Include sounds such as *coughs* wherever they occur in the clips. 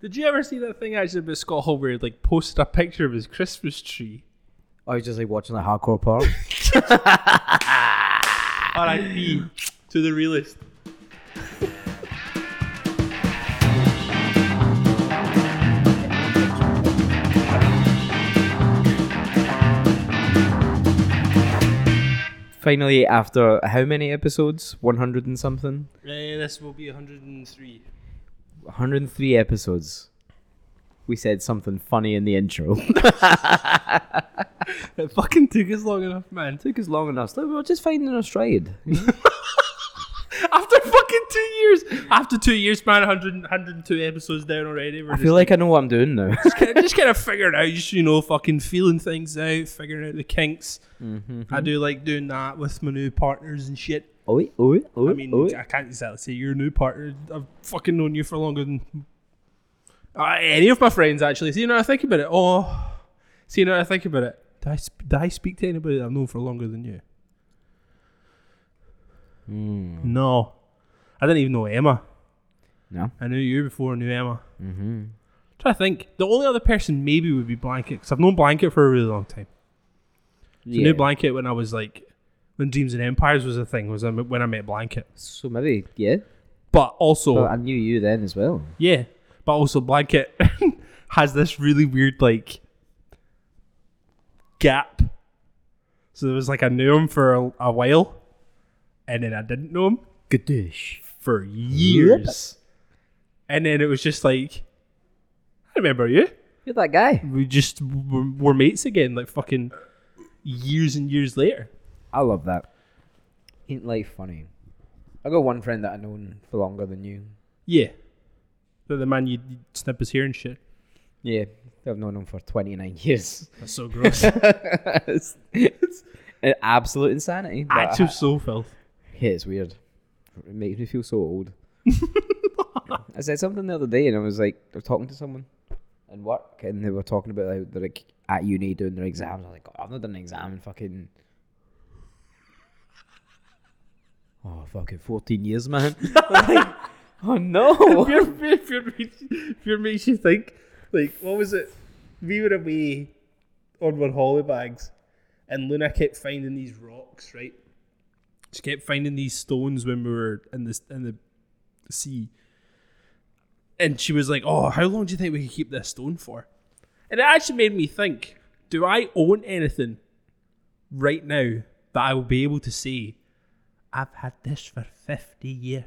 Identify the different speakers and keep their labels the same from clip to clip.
Speaker 1: Did you ever see that thing actually about Scott Hall where he like posted a picture of his Christmas tree?
Speaker 2: I was just like watching that hardcore part.
Speaker 1: R.I.P. *laughs* to the realist.
Speaker 2: *laughs* Finally, after how many episodes? 100 and something?
Speaker 1: this will be 103.
Speaker 2: 103 episodes. We said something funny in the *laughs* intro.
Speaker 1: *laughs* It fucking took us long enough, man. *laughs*
Speaker 2: Took us long enough. Look, we were just finding our stride.
Speaker 1: After fucking two years. After two years, man, 100, 102 episodes down already. *laughs* We're
Speaker 2: I
Speaker 1: just,
Speaker 2: feel like I know what I'm doing *laughs* now.
Speaker 1: kinda, just kind of figuring out, just, you know, fucking feeling things out, figuring out the kinks. I do like doing that with my new partners and shit.
Speaker 2: Oi, oi, oi,
Speaker 1: I mean,
Speaker 2: oi.
Speaker 1: I can't exactly say you're a new partner. I've fucking known you for longer than uh, any of my friends, actually. See, now I think about it. Oh, see, now I think about it. Did I, sp- did I speak to anybody that I've known for longer than you? No. I didn't even know Emma.
Speaker 2: No.
Speaker 1: I knew you before I knew Emma. Mm-hmm. Try to think. The only other person maybe would be Blanket, because I've known Blanket for a really long time. I
Speaker 2: Yeah.
Speaker 1: knew Blanket when I was like, when Dreams and Empires was a thing, was when I met Blanket.
Speaker 2: So maybe, yeah.
Speaker 1: But also,
Speaker 2: But I knew you then as well.
Speaker 1: Yeah, but also Blanket *laughs* has this really weird like gap. So there was like I knew him for a, a while, and then I didn't know him
Speaker 2: Good dish.
Speaker 1: for years, and then it was just like I remember you.
Speaker 2: You're that guy.
Speaker 1: We just were, were mates again, like fucking years and years later.
Speaker 2: I love that. Ain't life funny? I got one friend that I've known for longer than you.
Speaker 1: Yeah, the, the man you you'd snip his hair and shit.
Speaker 2: Yeah, I've known him for 29 *laughs* years.
Speaker 1: That's so *laughs* gross.
Speaker 2: it's, it's an absolute insanity. but
Speaker 1: Acts of so filth.
Speaker 2: Yeah, it's weird. It makes me feel so old. I said something the other day, and I was like, I was talking to someone in work, and they were talking about how they're like at uni doing their exams. I'm like, "Oh, I've not done an exam in fucking. Oh, fucking 14 years, man. *laughs* Like, oh,
Speaker 1: *laughs*
Speaker 2: *laughs* no.
Speaker 1: fear, fear, fear, makes- fear makes you think. Like, what was it? We were away on one holibags, and Luna kept finding these rocks. Right, she kept finding these stones when we were in this in the sea, and she was like, "Oh, how long do you think we could keep this stone for?" And it actually made me think: Do I own anything right now that I will be able to say, "I've had this for fifty years"?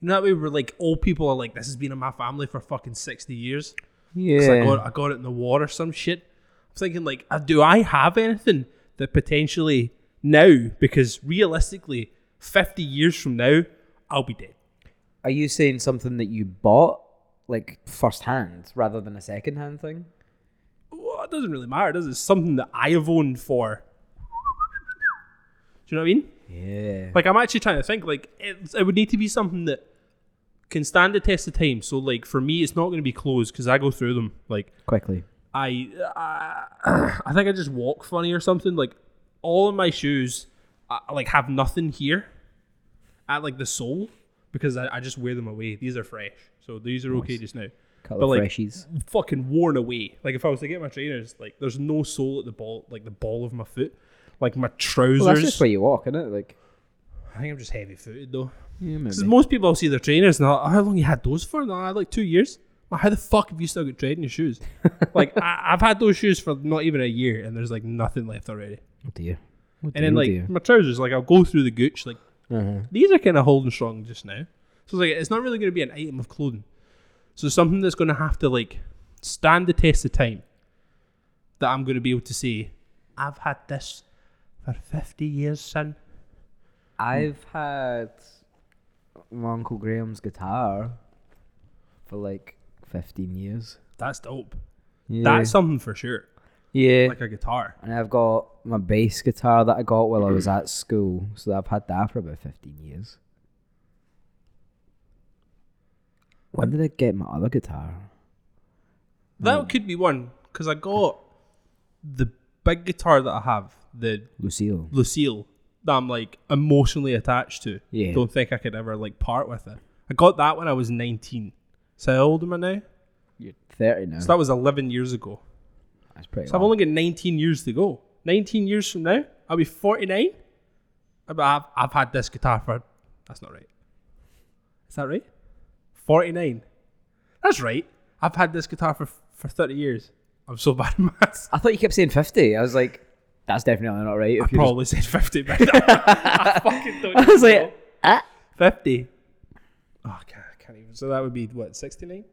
Speaker 1: You know that way where like old people are like, this has been in my family for fucking sixty years. 'Cause I got
Speaker 2: Yeah.
Speaker 1: I got it in the war or some shit. I'm thinking like, uh, do I have anything that potentially now? Because realistically, fifty years from now, I'll be dead.
Speaker 2: Are you saying something that you bought, like, first hand rather than a second hand thing?
Speaker 1: Well, it doesn't really matter, does it? It's something that I have owned for. Do you know what I mean?
Speaker 2: Yeah.
Speaker 1: Like I'm actually trying to think. Like it, it would need to be something that can stand the test of time. So like for me, it's not going to be clothes because I go through them like.
Speaker 2: Quickly.
Speaker 1: I uh, *clears throat* I think I just walk funny or something. Like all of my shoes, I, I, like have nothing here at like the sole because I, I just wear them away. These are fresh, so these are okay just now.
Speaker 2: Colour
Speaker 1: But, like,
Speaker 2: freshies.
Speaker 1: Fucking worn away. Like if I was to get my trainers, like there's no sole at the ball, like the ball of my foot. Like my trousers.
Speaker 2: Well, that's just where you walk, isn't it? Like,
Speaker 1: I think I'm just heavy footed though.
Speaker 2: yeah,
Speaker 1: Because most people see their trainers and they're like, how long you had those for? And they're like, like two years. Like, how the fuck have you still got tread in your
Speaker 2: *laughs*
Speaker 1: shoes? like I, I've had those shoes for not even a year and there's like nothing left already.
Speaker 2: Oh dear.
Speaker 1: And then like my trousers, like I'll go through the gooch. Like these are kind of holding strong just now. So it's like it's not really going to be an item of clothing. So it's something that's going to have to like stand the test of time. That I'm going to be able to say, I've had this for fifty years, son.
Speaker 2: I've had my uncle Graham's guitar for like fifteen years.
Speaker 1: That's dope.
Speaker 2: Yeah.
Speaker 1: That's something for sure.
Speaker 2: yeah.
Speaker 1: Like a guitar.
Speaker 2: and I've got my bass guitar that I got while I was at school, so I've had that for about fifteen years. When did I get my other guitar?
Speaker 1: That could be one because I got the big guitar that I have, the
Speaker 2: Lucille.
Speaker 1: Lucille, that I'm like emotionally attached to.
Speaker 2: Yeah.
Speaker 1: Don't think I could ever like part with it. I got that when I was 19. So how old am I now?
Speaker 2: You're 30 now.
Speaker 1: So that was 11 years ago.
Speaker 2: That's pretty
Speaker 1: So I've
Speaker 2: long.
Speaker 1: only got 19 years to go. 19 years from now, I'll be 49. I've, I've, I've had this guitar for. That's not right. Is that right? 49. That's right. I've had this guitar for, for 30 years. I'm so *laughs* bad at maths.
Speaker 2: I thought you kept saying 50. I was like, that's definitely not right. If
Speaker 1: I
Speaker 2: you're
Speaker 1: probably said 50, *laughs* but I fucking don't
Speaker 2: just, I was
Speaker 1: know.
Speaker 2: like, ah.
Speaker 1: 50. Oh, I can't, I can't even. So that would be, what, 69?
Speaker 2: *laughs*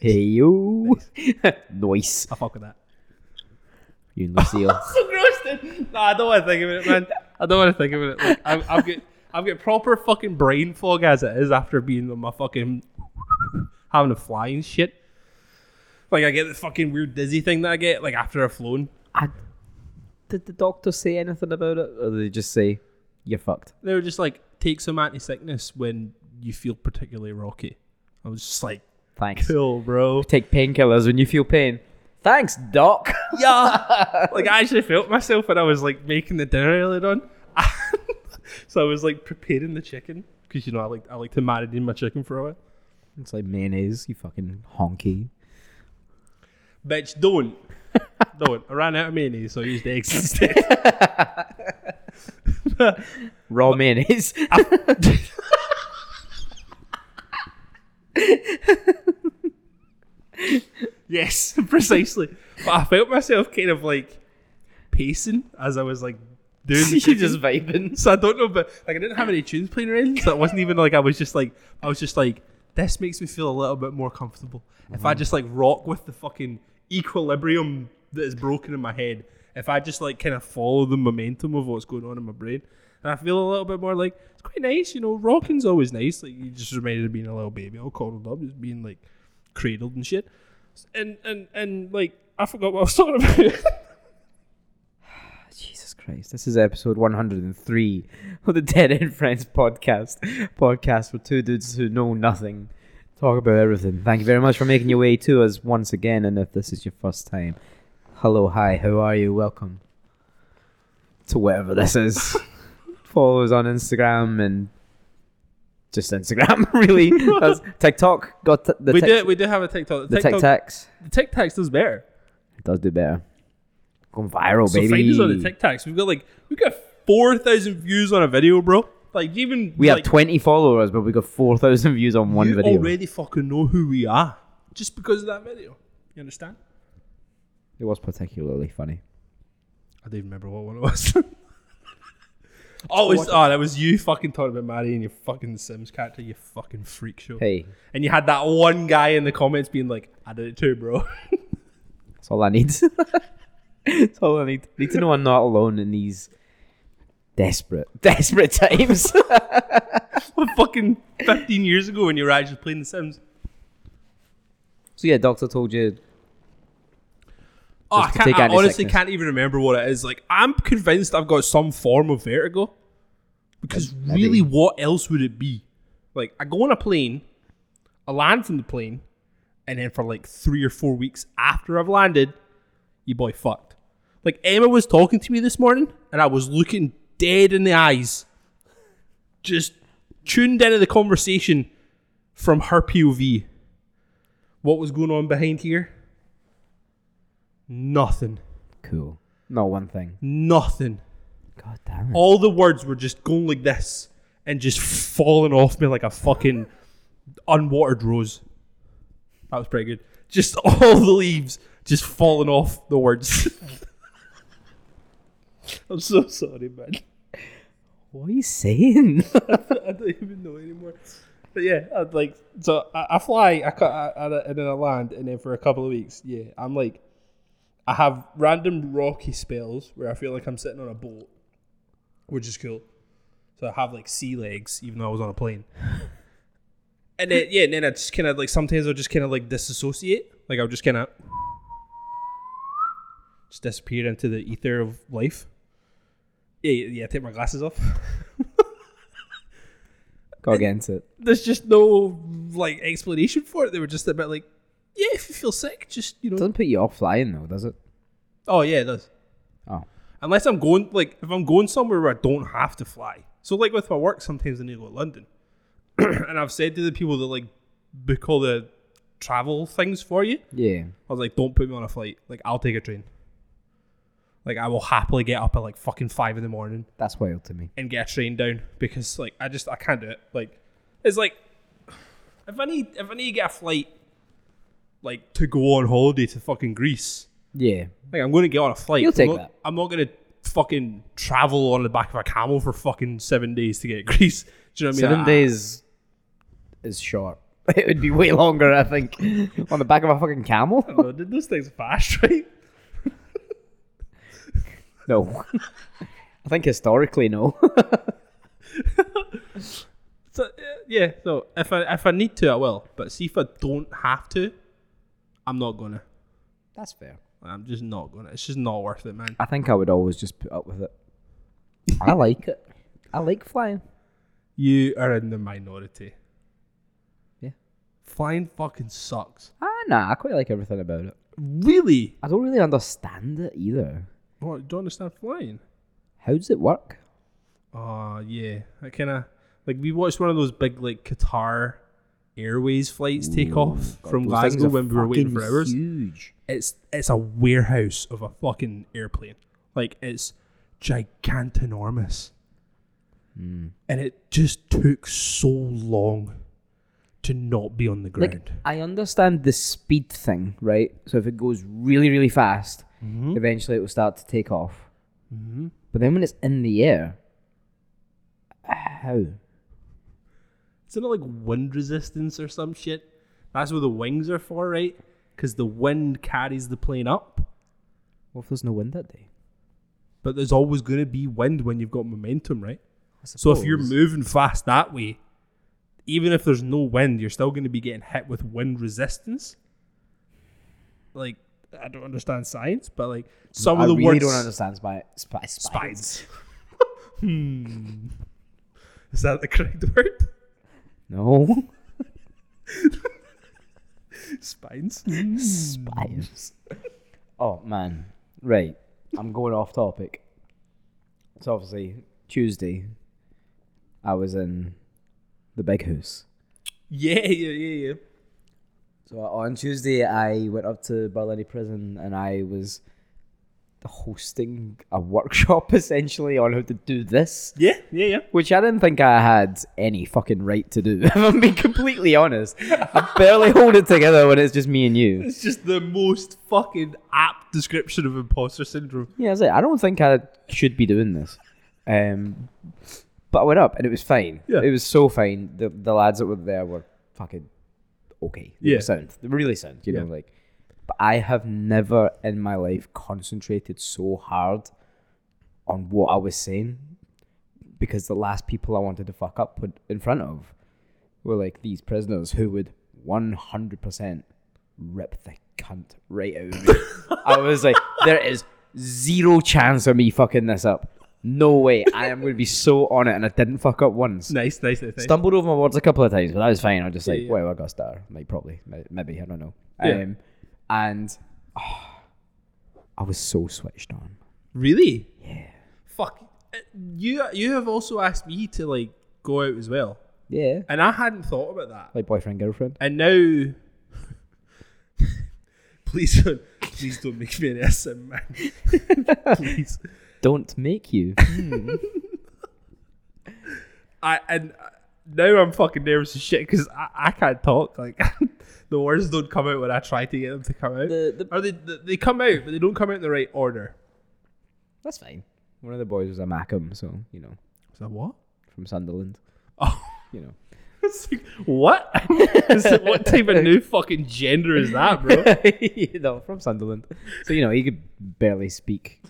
Speaker 2: Hey, yo. *laughs* nice.
Speaker 1: I fuck with that.
Speaker 2: You and Lucille.
Speaker 1: *laughs* so gross. Dude. Nah, I don't want to think about it, man. *laughs* I don't want to think about it. Like, I'm, I've got, I've got proper fucking brain fog as it is after being on my fucking *laughs* having to fly and shit. Like I get the fucking weird dizzy thing that I get like after I've flown.
Speaker 2: *laughs* I, did the doctor say anything about it? Or did they just say, you're fucked?
Speaker 1: They were just like, take some anti-sickness when you feel particularly rocky. I was just like,
Speaker 2: Thanks.
Speaker 1: cool, bro.
Speaker 2: Take painkillers when you feel pain. Thanks, doc.
Speaker 1: yeah. Like I actually felt myself when I was like making the dinner earlier on. *laughs* so I was like preparing the chicken because you know I like I like to marinate my chicken for a while.
Speaker 2: *laughs* It's like mayonnaise, you fucking honky.
Speaker 1: Bitch, don't. don't. I ran out of mayonnaise, so I used eggs instead.
Speaker 2: Raw mayonnaise. *laughs*
Speaker 1: yes, *laughs* precisely. But I felt myself kind of like pacing as I was like
Speaker 2: *laughs*
Speaker 1: doing the
Speaker 2: You're
Speaker 1: cooking.
Speaker 2: just vibing.
Speaker 1: So I don't know, but like I didn't have any tunes playing or anything, so it wasn't even like I was just like I was just like this makes me feel a little bit more comfortable. If
Speaker 2: Mm-hmm.
Speaker 1: I just like rock with the fucking equilibrium that is broken in my head, if I just like kind of follow the momentum of what's going on in my brain, and I feel a little bit more like it's quite nice, you know. Rocking's always nice. Like you just reminded me of being a little baby, all coddled up, just being like cradled and shit, and and and like I forgot what I was talking
Speaker 2: *laughs*
Speaker 1: about.
Speaker 2: Jesus Christ. This is episode 103 of the *laughs* Dead End Friends podcast. Podcast with two dudes who know nothing. Talk about everything. Thank you very much for making your way to us once again. And if this is your first time, hello, hi, how are you? Welcome to whatever
Speaker 1: *laughs*
Speaker 2: this is. Follow us on Instagram and just Instagram, *laughs* really. That's TikTok. Got t- the
Speaker 1: we
Speaker 2: tic-
Speaker 1: do we do have a TikTok. The
Speaker 2: the
Speaker 1: TikTok,
Speaker 2: TikToks.
Speaker 1: the TikToks does better.
Speaker 2: It does do better. Going viral,
Speaker 1: So
Speaker 2: Oh, baby.
Speaker 1: find us on the TikToks. We've got like we've got four thousand views on a video, bro. Like even
Speaker 2: We
Speaker 1: like,
Speaker 2: have 20 followers, but we got 4,000 views on one
Speaker 1: you
Speaker 2: video.
Speaker 1: already fucking know who we are just because of that video. You understand?
Speaker 2: It was particularly funny.
Speaker 1: I don't even remember what one it was. *laughs* oh, it's, oh, that was you fucking talking about marrying your fucking Sims character. You fucking freak show.
Speaker 2: Hey,
Speaker 1: And you had that one guy in the comments being like, "I did it too, bro." *laughs*
Speaker 2: that's all I need. *laughs* that's all I need. Need to know I'm not alone in these desperate, *laughs* desperate times. *laughs*
Speaker 1: fucking fifteen years ago when you were actually playing the Sims.
Speaker 2: so yeah, doctor told you.
Speaker 1: Oh, I,
Speaker 2: Just to
Speaker 1: can't,
Speaker 2: take
Speaker 1: I honestly
Speaker 2: antipsychotics.
Speaker 1: can't even remember what it is. Like, I'm convinced I've got some form of vertigo. Because really, what else would it be? Like, I go on a plane, I land from the plane, and then for like three or four weeks after I've landed, you boy fucked. Like, Emma was talking to me this morning, and I was looking dead in the eyes, just tuned into the conversation from her POV. What was going on behind here? Nothing.
Speaker 2: Cool. No one thing.
Speaker 1: Nothing.
Speaker 2: God damn it.
Speaker 1: All the words were just going like this and just falling off me like a fucking unwatered rose. That was pretty good. Just *laughs* all the leaves just falling off the words. *laughs* I'm so sorry, man.
Speaker 2: What are you saying? *laughs*
Speaker 1: *laughs* I don't even know anymore. But yeah, I'd like so I, I fly, I, cut, I, I and then I land, and then for a couple of weeks, yeah, I'm like, I have random rocky spells where I feel like I'm sitting on a boat, which is cool. So I have like sea legs, even though I was on a plane. and then yeah, and then I just kind of like sometimes I'll just kind of like disassociate, like I'll just kind of just disappear into the ether of life. Yeah, yeah, yeah. Take my glasses off. *laughs*
Speaker 2: Go against it.
Speaker 1: there's just no like explanation for it. They were just a bit like, yeah, if you feel sick, just you know.
Speaker 2: Doesn't put you off flying though, does it?
Speaker 1: Oh yeah, it does.
Speaker 2: Oh,
Speaker 1: Unless I'm going like if I'm going somewhere where I don't have to fly. So like with my *clears throat* work, sometimes I need to go to London, and I've said to the people that like book all the travel things for you.
Speaker 2: Yeah.
Speaker 1: I was like, don't put me on a flight. Like, I'll take a train. Like, I will happily get up at like fucking five in the morning
Speaker 2: That's wild to me.
Speaker 1: and get a train down because like I just I can't do it. Like, it's like if I need if I need to get a flight like to go on holiday to fucking Greece,
Speaker 2: Yeah.
Speaker 1: like I'm going to get on a flight.
Speaker 2: You'll take
Speaker 1: I'm not,
Speaker 2: that.
Speaker 1: I'm not going to fucking travel on the back of a camel for fucking seven days to get to Greece. *laughs* Do you know what I mean? Ah.
Speaker 2: Seven
Speaker 1: I-
Speaker 2: days is short. *laughs* It would be way longer, I think, *laughs* on the back of a fucking camel.
Speaker 1: Oh, did those things fast, *laughs* right?
Speaker 2: No. *laughs* I think historically, no. *laughs*
Speaker 1: So uh, yeah, so if I if I need to, I will. But see if I don't have to, I'm not gonna.
Speaker 2: That's fair.
Speaker 1: I'm just not gonna. It's just not worth it, man.
Speaker 2: I think I would always just put up with it. I like it. I like flying.
Speaker 1: You are in the minority.
Speaker 2: Yeah.
Speaker 1: Flying fucking sucks.
Speaker 2: Ah, nah, I quite like everything about it.
Speaker 1: Really?
Speaker 2: I don't really understand it either.
Speaker 1: What? Don't understand flying.
Speaker 2: How does it work?
Speaker 1: Oh, yeah. I kind of like we watched one of those big like Qatar Airways flights take off from
Speaker 2: Those things
Speaker 1: Glasgow
Speaker 2: are
Speaker 1: when we were waiting for
Speaker 2: fucking
Speaker 1: hours.
Speaker 2: Huge.
Speaker 1: It's it's a warehouse of a fucking airplane. Like it's gigantinormous.
Speaker 2: Hmm.
Speaker 1: And it just took so long to not be on the ground.
Speaker 2: Like, I understand the speed thing, right? So if it goes really, really fast, eventually it will start to take off.
Speaker 1: Mm-hmm.
Speaker 2: But then when it's in the air, how?
Speaker 1: Isn't it like wind resistance or some shit? That's what the wings are for, right? Because the wind carries the plane up,
Speaker 2: What if there's no wind that day?
Speaker 1: but there's always going to be wind when you've got momentum, right? So if you're
Speaker 2: suppose.
Speaker 1: moving fast that way, even if there's no wind, you're still going to be getting hit with wind resistance. Like, I don't understand science, but like some
Speaker 2: I
Speaker 1: of the
Speaker 2: really
Speaker 1: words.
Speaker 2: don't understand spy, spy, spy.
Speaker 1: Spines. hmm. *laughs* Is that the correct *laughs* word?
Speaker 2: No. *laughs* *laughs*
Speaker 1: Spines.
Speaker 2: Spires. oh man, right. I'm going off topic. So obviously Tuesday, I was in the big house.
Speaker 1: Yeah, yeah, yeah, yeah.
Speaker 2: So on Tuesday, I went up to Berlin Prison and I was hosting a workshop *laughs* essentially on how to do this,
Speaker 1: Yeah, yeah, yeah.
Speaker 2: which I didn't think I had any fucking right to do. *laughs* If I'm being completely honest, I barely hold it together when it's just me and you.
Speaker 1: It's just the most fucking apt description of imposter syndrome.
Speaker 2: Yeah, I was like, I don't think I should be doing this. Um, but I went up and it was fine.
Speaker 1: Yeah.
Speaker 2: It was so fine. The the lads that were there were fucking okay. They
Speaker 1: Yeah.
Speaker 2: were sound. They were really sound, you know,
Speaker 1: Yeah.
Speaker 2: like but I have never in my life concentrated so hard on what I was saying because the last people I wanted to fuck up put in front of were like these prisoners who would 100% rip the cunt right out
Speaker 1: *laughs*
Speaker 2: of me. I was like, there is zero chance of me fucking this up. No way. I am going to be so on it. And I didn't fuck up once.
Speaker 1: Nice, nice, nice. nice.
Speaker 2: Stumbled over my words a couple of times, but that was fine. I was just like,
Speaker 1: yeah.
Speaker 2: well, I got a star. Like, probably. May- Maybe. I don't know.
Speaker 1: Yeah.
Speaker 2: Um, and ah, I was so switched on.
Speaker 1: Really? Yeah. Fuck. Uh, You you have also asked me to like go out as well,
Speaker 2: Yeah.
Speaker 1: and I hadn't thought about that.
Speaker 2: Like boyfriend, girlfriend.
Speaker 1: And now, *laughs* please don't please don't make me an SM man. *laughs* please.
Speaker 2: Don't make you.
Speaker 1: I and uh, now I'm fucking nervous as shit because I, I can't talk. Like *laughs* the words don't come out when I try to get them to come out.
Speaker 2: The- the-
Speaker 1: or they they come out, but they don't come out in the right order.
Speaker 2: That's fine. One of the boys was a Macam, so, you know,
Speaker 1: Is that what?
Speaker 2: from Sunderland.
Speaker 1: Oh,
Speaker 2: You know.
Speaker 1: *laughs* it's like, what? *laughs* It's like, what type of new fucking gender is that,
Speaker 2: *laughs*
Speaker 1: bro?
Speaker 2: you know, from Sunderland. So you know, he could barely speak.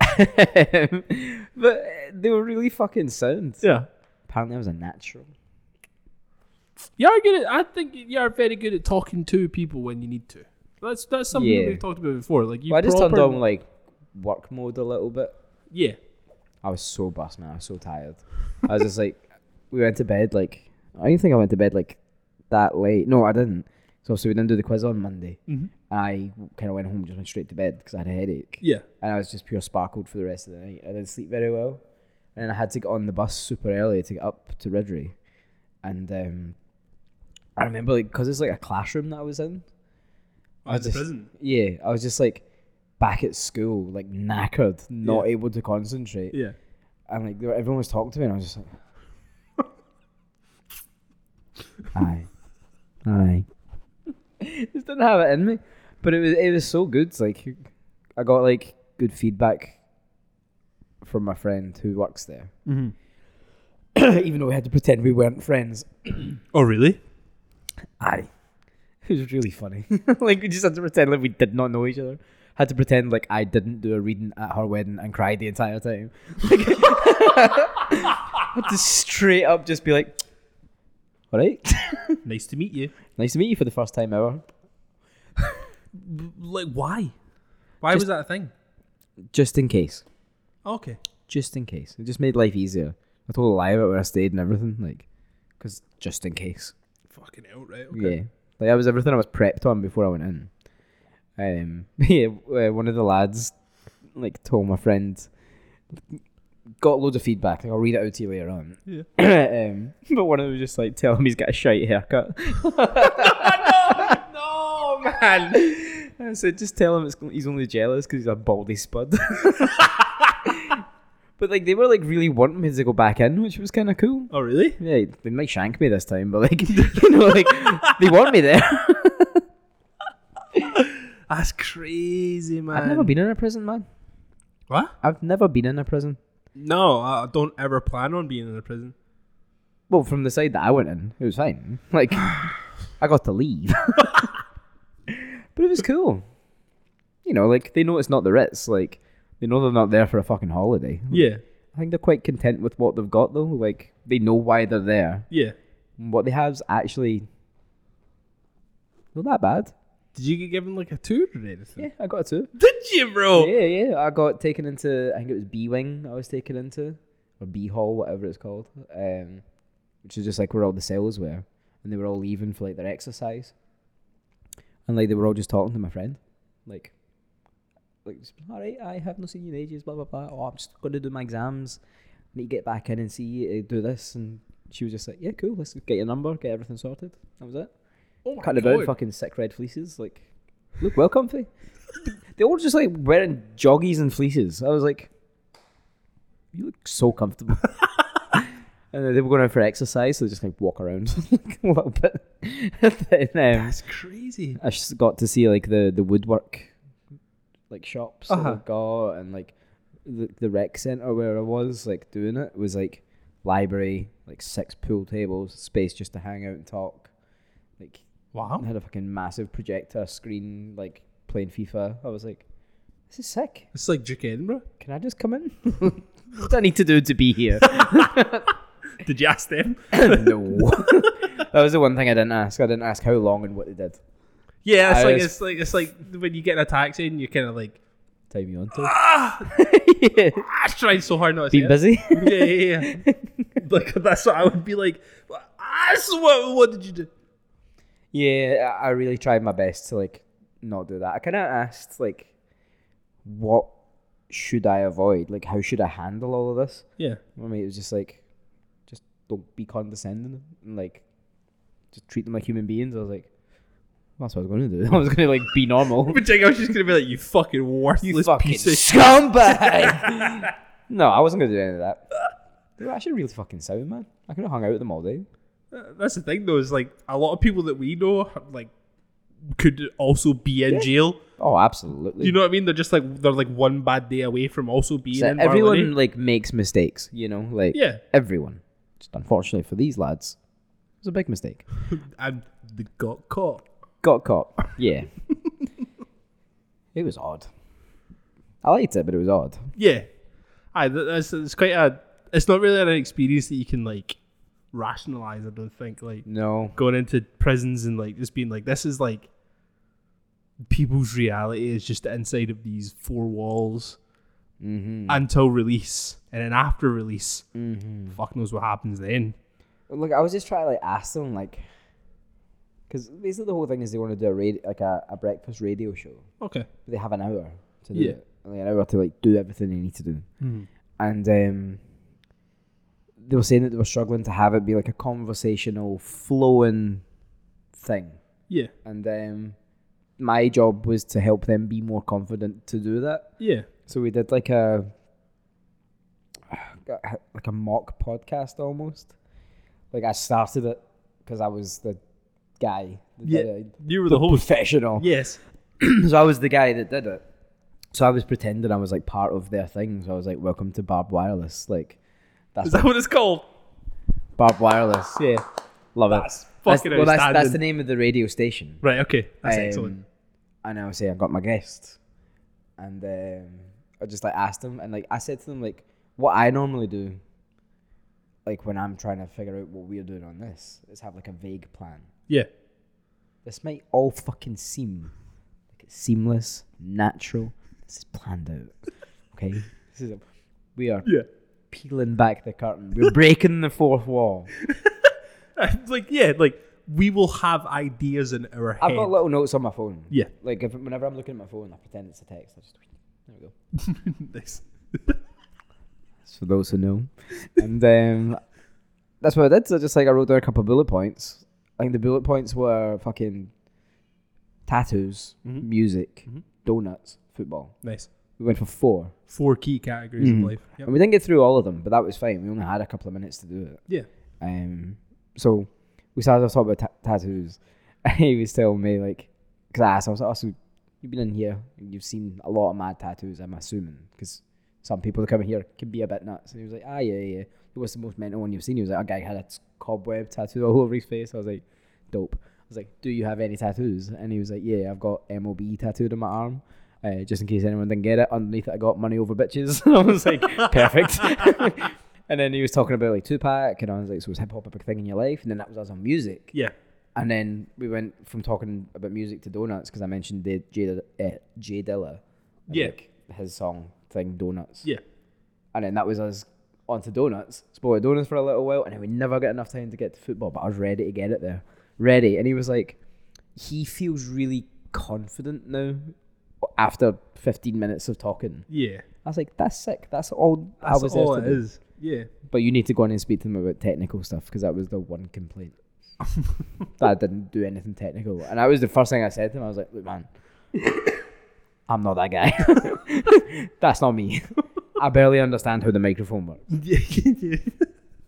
Speaker 2: *laughs* but they were really fucking sound.
Speaker 1: Yeah,
Speaker 2: Apparently, I was a natural.
Speaker 1: you are good. At, I think you are very good at talking to people when you need to. That's that's something
Speaker 2: Yeah.
Speaker 1: that we've talked about before. Like you,
Speaker 2: But I just turned
Speaker 1: proper-
Speaker 2: on like work mode a little bit.
Speaker 1: yeah,
Speaker 2: I was so bust, man. I was so tired. I was just like, we went to bed like I don't think I went to bed like that late. No, I didn't. So obviously we didn't do the quiz on Monday.
Speaker 1: Mm-hmm.
Speaker 2: I kind of went home, just went straight to bed because I had a headache.
Speaker 1: yeah.
Speaker 2: and I was just pure sparkled for the rest of the night. I didn't sleep very well, and then I had to get on the bus super early to get up to Ridley, and um, I remember like because it's like a classroom that I was in.
Speaker 1: Oh, it's
Speaker 2: just-
Speaker 1: prison.
Speaker 2: Yeah, I was just like back at school, like knackered, not able to concentrate,
Speaker 1: Yeah.
Speaker 2: and like they were- everyone was talking to me, and I was just like, *laughs* aye, aye. *laughs* just didn't have it in me, but it was it was so good. Like I got like good feedback from my friend who works there,
Speaker 1: Mm-hmm.
Speaker 2: *coughs* even though we had to pretend we weren't friends.
Speaker 1: Oh, really?
Speaker 2: Aye. It was really funny. *laughs* like we just had to pretend like we did not know each other. Had to pretend like I didn't do a reading at her wedding and cried the entire time. *laughs* Like, had to straight up just be like, "All right,
Speaker 1: *laughs*
Speaker 2: *laughs*
Speaker 1: Nice to meet you.
Speaker 2: nice to meet you for the first time ever."
Speaker 1: Like, why? Why
Speaker 2: Just-
Speaker 1: was that a thing?
Speaker 2: Just in case.
Speaker 1: Oh, Okay.
Speaker 2: Just in case. It just made life easier. I told a lie about where I stayed and everything, like, because just in case.
Speaker 1: Fucking hell, right? Okay.
Speaker 2: Yeah, like that was everything I was prepped on before I went in. Um, *laughs* yeah, uh, one of the lads like told my friend got loads of feedback. Like I'll read it out to you later on.
Speaker 1: Yeah.
Speaker 2: *coughs* um, but one of them was just like tell him he's got a shite haircut.
Speaker 1: *laughs* No, *laughs* man.
Speaker 2: I said just tell him it's, he's only jealous because he's a baldy spud. *laughs* but like they were like really wanting me to go back in, which was kind of cool.
Speaker 1: Oh, really?
Speaker 2: Yeah, they might shank me this time, but like *laughs* you know, like they want me there.
Speaker 1: That's crazy, man.
Speaker 2: I've never been in a prison, man.
Speaker 1: What?
Speaker 2: I've never been in a prison.
Speaker 1: No, I I don't ever plan on being in a prison.
Speaker 2: Well, from the side that I went in, it was fine. *laughs* Like, I got to leave. *laughs* but it was cool. You know, like, they know it's not the Ritz. Like, they know they're not there for a fucking holiday.
Speaker 1: Yeah.
Speaker 2: I think they're quite content with what they've got, though. Like, they know why they're there.
Speaker 1: Yeah.
Speaker 2: And What they have's actually not that bad.
Speaker 1: Did you get given like a tour or anything?
Speaker 2: Yeah, I got a two.
Speaker 1: Did you, bro?
Speaker 2: Yeah, yeah. I got taken into. I think it was B wing. I was taken into or B hall, whatever it's called. Um, which is just like where all the cells were, and they were all leaving for like their exercise, and like they were all just talking to my friend, like, like just, all right, I have not seen you in ages, blah blah blah. Oh, I'm just gonna do my exams. I need to get back in and see you, uh, do this, and she was just like, yeah, cool. Let's get your number, get everything sorted. That was it.
Speaker 1: Oh my
Speaker 2: Cutting about
Speaker 1: God.
Speaker 2: in fucking sick red fleeces. Like, look, well comfy. they were just like wearing joggies and fleeces. I was like, you look so comfortable. *laughs* and then they were going out for exercise, so they just like walk around *laughs* a little bit. *laughs* and then um,
Speaker 1: That's crazy.
Speaker 2: I just got to see like the the woodwork, like shops that
Speaker 1: Uh-huh.
Speaker 2: they've got, and like the the rec center where I was like doing it was like library, like six pool tables, space just to hang out and talk, like
Speaker 1: Wow.
Speaker 2: and had a fucking massive projector screen, like playing FIFA. I was like, this is sick.
Speaker 1: It's like Duke Edinburgh.
Speaker 2: Can I just come in? *laughs* what do I need to do to be here?
Speaker 1: Did you ask them?
Speaker 2: *laughs* no. *laughs* that was the one thing I didn't ask. I didn't ask how long and what they did.
Speaker 1: Yeah, it's
Speaker 2: I
Speaker 1: like
Speaker 2: was-
Speaker 1: it's like it's like when you get in a taxi and you're kind of like,
Speaker 2: Time you on to.
Speaker 1: ah,
Speaker 2: *laughs* yeah.
Speaker 1: I tried so hard not to.
Speaker 2: Been
Speaker 1: say it.
Speaker 2: busy?
Speaker 1: Yeah, yeah, yeah. like that's what I would be like. Ah, so what, what did you do?
Speaker 2: *laughs* yeah, I I really tried my best to like not do that. I kind of asked like, what should I avoid? Like, how should I handle all of this?
Speaker 1: Yeah.
Speaker 2: I mean, it was just like, just don't be condescending and like, just treat them like human beings. I was like, that's what I was going to do. *laughs* I was going to like
Speaker 1: *laughs*
Speaker 2: be normal.
Speaker 1: But Jake, I was just gonna be like, you fucking worthless
Speaker 2: fucking
Speaker 1: piece of shit.
Speaker 2: scumbag.
Speaker 1: *laughs*
Speaker 2: no, I wasn't going to do any of that. They were actually really fucking sound, man. I could have hung out with them all day.
Speaker 1: That's the thing though, is like a lot of people that we know like could also be in jail.
Speaker 2: Oh, absolutely.
Speaker 1: You know what I mean? They're just like they're like one bad day away from also being
Speaker 2: So
Speaker 1: in
Speaker 2: everyone
Speaker 1: Barlowney.
Speaker 2: like makes mistakes, you know, like
Speaker 1: Yeah.
Speaker 2: everyone. Just unfortunately for these lads, it was a big mistake.
Speaker 1: and they got caught.
Speaker 2: Got caught. Yeah. it was odd. I liked it, but it was odd.
Speaker 1: Yeah, aye, tha- that's it's quite a. It's not really an experience that you can like rationalize. I don't think like
Speaker 2: No.
Speaker 1: going into prisons and like just being like this is like people's reality is just inside of these four walls
Speaker 2: Mm-hmm.
Speaker 1: until release, and then after release, fuck knows what happens then.
Speaker 2: Look, I was just trying to like ask them like, because basically the whole thing is they want to do a radio, like a, a breakfast radio show.
Speaker 1: Okay.
Speaker 2: But they have an hour to do
Speaker 1: Yeah.
Speaker 2: it. Like an hour to like do everything they need to do. and um, they were saying that they were struggling to have it be like a conversational, flowing thing.
Speaker 1: Yeah.
Speaker 2: And um, my job was to help them be more confident to do that.
Speaker 1: Yeah.
Speaker 2: So we did like a like a mock podcast almost. Like I started it because I was the guy, the,
Speaker 1: Yeah.
Speaker 2: the
Speaker 1: You were the host.
Speaker 2: professional.
Speaker 1: *laughs* Yes.
Speaker 2: *clears throat* so I was the guy that did it. So I was pretending I was like part of their thing. So I was like, "Welcome to Barb Wireless." Like
Speaker 1: Is that what it's called?
Speaker 2: Barb Wireless,
Speaker 1: Yeah.
Speaker 2: love
Speaker 1: That's
Speaker 2: it.
Speaker 1: fucking
Speaker 2: well, that's, that's
Speaker 1: outstanding.
Speaker 2: the name of the radio station.
Speaker 1: Right. Okay. That's
Speaker 2: Um,
Speaker 1: excellent.
Speaker 2: And I was saying, I got my guest. And um, I just like asked them, and like I said to them, like, what I normally do, like when I'm trying to figure out what we're doing on this, is have like a vague plan.
Speaker 1: Yeah.
Speaker 2: This might all fucking seem like it's seamless, natural. This is
Speaker 1: *laughs*
Speaker 2: planned out. Okay? this is a, we are
Speaker 1: Yeah. *laughs*
Speaker 2: peeling back the curtain. We're breaking the fourth wall.
Speaker 1: I'm like yeah, like we will have ideas in our head.
Speaker 2: I've got little notes on my phone.
Speaker 1: Um, yeah.
Speaker 2: Like if, whenever I'm looking at my phone, I pretend it's a text. I just there we go.
Speaker 1: nice.
Speaker 2: for those who know. And um, that's what I did. So I just like I wrote down a couple of bullet points. I think the bullet points were fucking tattoos, music, donuts, football.
Speaker 1: Nice.
Speaker 2: We went for four,
Speaker 1: Four key categories
Speaker 2: Mm.
Speaker 1: of life. Yep.
Speaker 2: and we didn't get through all of them, but that was fine. We only had a couple of minutes to do it.
Speaker 1: Yeah.
Speaker 2: Um, so we started to talk about ta- tattoos. *laughs* he was telling me like, because I asked, I was like, oh, so you've been in here, and you've seen a lot of mad tattoos. I'm assuming because some people that come in here can be a bit nuts. And he was like, ah, yeah, yeah. What's the most mental one you've seen? He was like, a guy had a s- cobweb tattoo all over his face. I was like, dope. I was like, do you have any tattoos? And he was like, yeah, I've got mob tattooed on my arm. Uh, just in case anyone didn't get it, underneath it I got money over bitches. *laughs* I
Speaker 1: *laughs*
Speaker 2: was like, perfect. *laughs* and then he was talking about like Tupac, and I was like, so was hip hop a big thing in your life? And then that was us on music.
Speaker 1: Yeah.
Speaker 2: And then we went from talking about music to donuts because I mentioned the J, uh, J Dilla, and,
Speaker 1: Yeah.
Speaker 2: like, his song thing Donuts.
Speaker 1: Yeah.
Speaker 2: And then that was us onto donuts. Spoiled donuts for a little while, and then we never got enough time to get to football. But I was ready to get it there, ready. And he was like, he feels really confident now after 15 minutes of talking.
Speaker 1: Yeah.
Speaker 2: I was like, that's sick. That's all
Speaker 1: That's
Speaker 2: I was
Speaker 1: all
Speaker 2: there
Speaker 1: it
Speaker 2: to do.
Speaker 1: is. Yeah.
Speaker 2: But you need to go in and speak to them about technical stuff because that was the one
Speaker 1: *laughs*
Speaker 2: complaint that I didn't do anything technical, and that was the first thing I said to him. I was like, "Look, man, I'm not that guy. *laughs* That's not
Speaker 1: *laughs*
Speaker 2: me. I barely understand how the microphone works.
Speaker 1: yeah.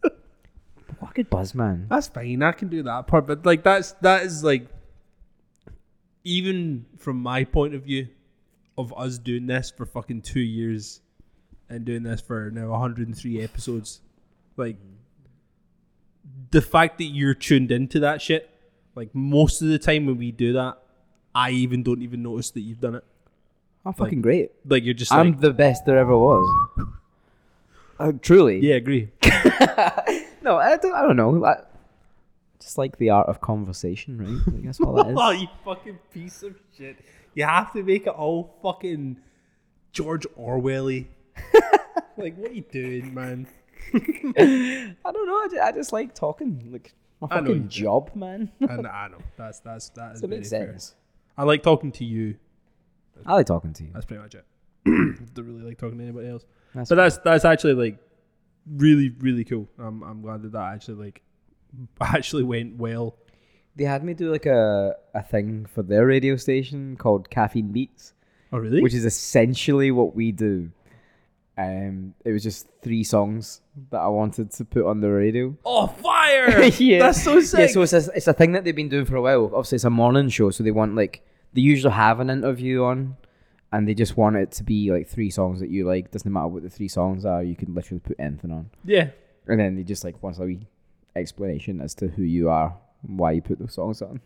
Speaker 1: *laughs*
Speaker 2: What a buzz, man.
Speaker 1: That's fine. I can do that part, but like that's that is like even from my point of view of us doing this for fucking two years and doing this for now 103 episodes, like the fact that you're tuned into that shit, like most of the time when we do that, I even don't even notice that you've done it.
Speaker 2: I'm fucking great.
Speaker 1: Like you're just
Speaker 2: I'm
Speaker 1: like,
Speaker 2: the best there ever was. Uh, truly.
Speaker 1: yeah, agree.
Speaker 2: No, I don't. I don't know. I, just like the art of conversation, right? Like, that's all
Speaker 1: *laughs*
Speaker 2: that is.
Speaker 1: Oh, you fucking piece of shit. You have to make it all fucking George
Speaker 2: *laughs*
Speaker 1: Orwelly. like, what are you doing, man?
Speaker 2: I don't know. I ju- I just, like talking. Like my
Speaker 1: I know you do.
Speaker 2: fucking job,
Speaker 1: *laughs*
Speaker 2: man.
Speaker 1: I know, I know. That's that's that is
Speaker 2: it makes
Speaker 1: very fair.
Speaker 2: sense.
Speaker 1: I like talking to you.
Speaker 2: I like talking to you.
Speaker 1: That's pretty much it. *clears throat* Don't really like talking to anybody else.
Speaker 2: That's
Speaker 1: but that's that's actually like really really cool. I'm I'm glad that that actually like *laughs* actually went well.
Speaker 2: They had me do like a, a thing for their radio station called Caffeine Beats,
Speaker 1: Oh really?
Speaker 2: which is essentially what we do. Um, it was just three songs that I wanted to put on the radio.
Speaker 1: oh fire! That's so sick.
Speaker 2: *laughs* Yeah, so it's a, it's a thing that they've been doing for a while. Obviously, it's a morning show, so they want like they usually have an interview on, and they just want it to be like three songs that you like. Doesn't matter what the three songs are, you can literally put anything on.
Speaker 1: yeah.
Speaker 2: And then they just like want a wee explanation as to who you are, and why you put those songs on.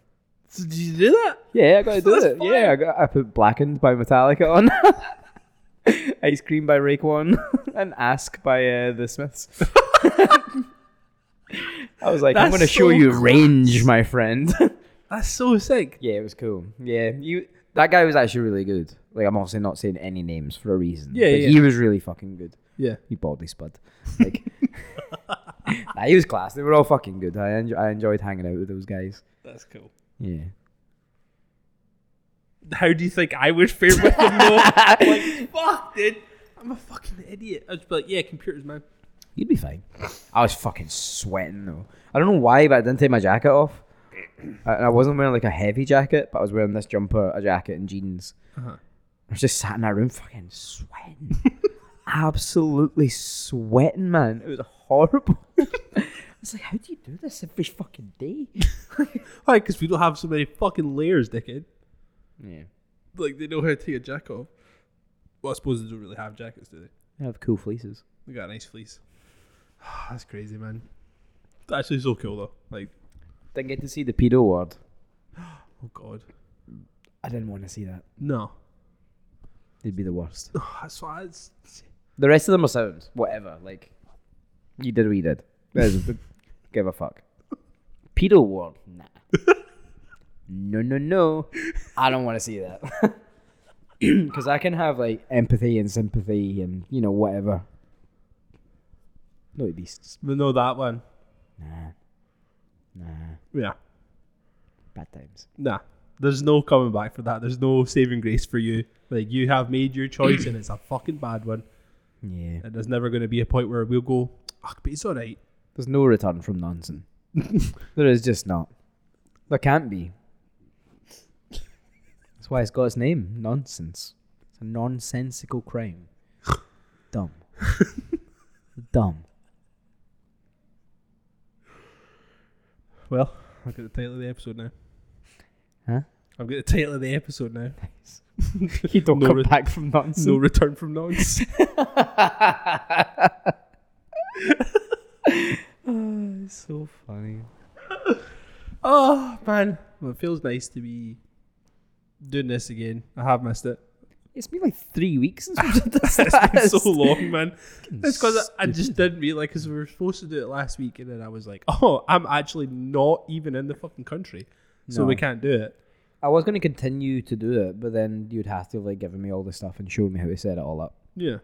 Speaker 1: So did you do that?
Speaker 2: Yeah, I *laughs* gotta do
Speaker 1: That's
Speaker 2: it.
Speaker 1: fine.
Speaker 2: Yeah, I, got, I put Blackened by Metallica on, *laughs* Ice Cream by Raekwon, *laughs* and Ask by uh, The Smiths. *laughs* I was like, I'm
Speaker 1: That's
Speaker 2: gonna
Speaker 1: so
Speaker 2: show you range, my friend. *laughs*
Speaker 1: That's so sick.
Speaker 2: yeah, it was cool. Yeah, you. That guy was actually really good. Like, I'm obviously not saying any names for a reason.
Speaker 1: Yeah,
Speaker 2: but
Speaker 1: yeah.
Speaker 2: He was really fucking good.
Speaker 1: Yeah.
Speaker 2: He baldly spud. Like, *laughs* nah, he was class. They were all fucking good. I enjo- I enjoyed hanging out with those guys.
Speaker 1: That's cool.
Speaker 2: Yeah.
Speaker 1: How do you think I would fare with them though? like, fuck, dude. I'm a fucking idiot. I'd just be like, yeah, computers, man.
Speaker 2: You'd be fine. I was fucking sweating though. I don't know why, but I didn't take my jacket off. I, and I wasn't wearing like a heavy jacket, but I was wearing this jumper, a jacket, and jeans.
Speaker 1: Uh-huh.
Speaker 2: I was just sat in that room, fucking sweating, *laughs* absolutely sweating, man. It was horrible. *laughs* I was like, how do you do this every fucking day?
Speaker 1: Why? Because we don't have so many fucking layers, dickhead.
Speaker 2: Yeah,
Speaker 1: Like they know how to take a jacket off. Well, I suppose they don't really have jackets, do they?
Speaker 2: I have cool fleeces.
Speaker 1: They got a nice fleece. *sighs* That's crazy, man. That's actually so cool though. Like,
Speaker 2: Didn't get to see the pedo ward.
Speaker 1: oh god,
Speaker 2: I didn't want to see that.
Speaker 1: no.
Speaker 2: They'd be the worst.
Speaker 1: *sighs* that's why it's.
Speaker 2: The rest of them are sound. Whatever. Like, you did what you did. There's- *laughs* give a fuck. Pedo world. Nah. *laughs* no, no, no. I don't want to see that. *laughs* Because I can have, like, empathy and sympathy and, you know, whatever. No, beasts.
Speaker 1: But no, that one.
Speaker 2: Nah. Nah.
Speaker 1: Yeah,
Speaker 2: Bad times.
Speaker 1: nah. There's no coming back for that. There's no saving grace for you. Like you have made your choice, and it's a fucking bad one.
Speaker 2: Yeah.
Speaker 1: And there's never going to be a point where we'll go. Ah, but it's all right.
Speaker 2: There's no return from nonsense.
Speaker 1: *laughs*
Speaker 2: there is just not. There can't be. That's why it's got its name, nonsense. It's a nonsensical crime. Dumb. Dumb.
Speaker 1: Well, I've got the title of the episode now.
Speaker 2: Huh?
Speaker 1: I've got the title of the episode now.
Speaker 2: *laughs* You don't
Speaker 1: No
Speaker 2: come
Speaker 1: re-
Speaker 2: back from nonsense.
Speaker 1: No return from
Speaker 2: *laughs*
Speaker 1: nonce.
Speaker 2: it's so funny.
Speaker 1: *laughs* Oh man, well, it feels nice to be doing this again. I have missed it.
Speaker 2: *laughs*
Speaker 1: *laughs*
Speaker 2: It's been like three weeks since we did this.
Speaker 1: It's been
Speaker 2: last.
Speaker 1: so long, man. It's because I, I just didn't realize because we were supposed to do it last week, and then I was like, *laughs* "Oh, I'm actually not even in the fucking country, so we
Speaker 2: No.
Speaker 1: can't do it."
Speaker 2: I was going to continue to do it, but then you'd have to like given me all this stuff and showed me how to set it all up.
Speaker 1: Yeah,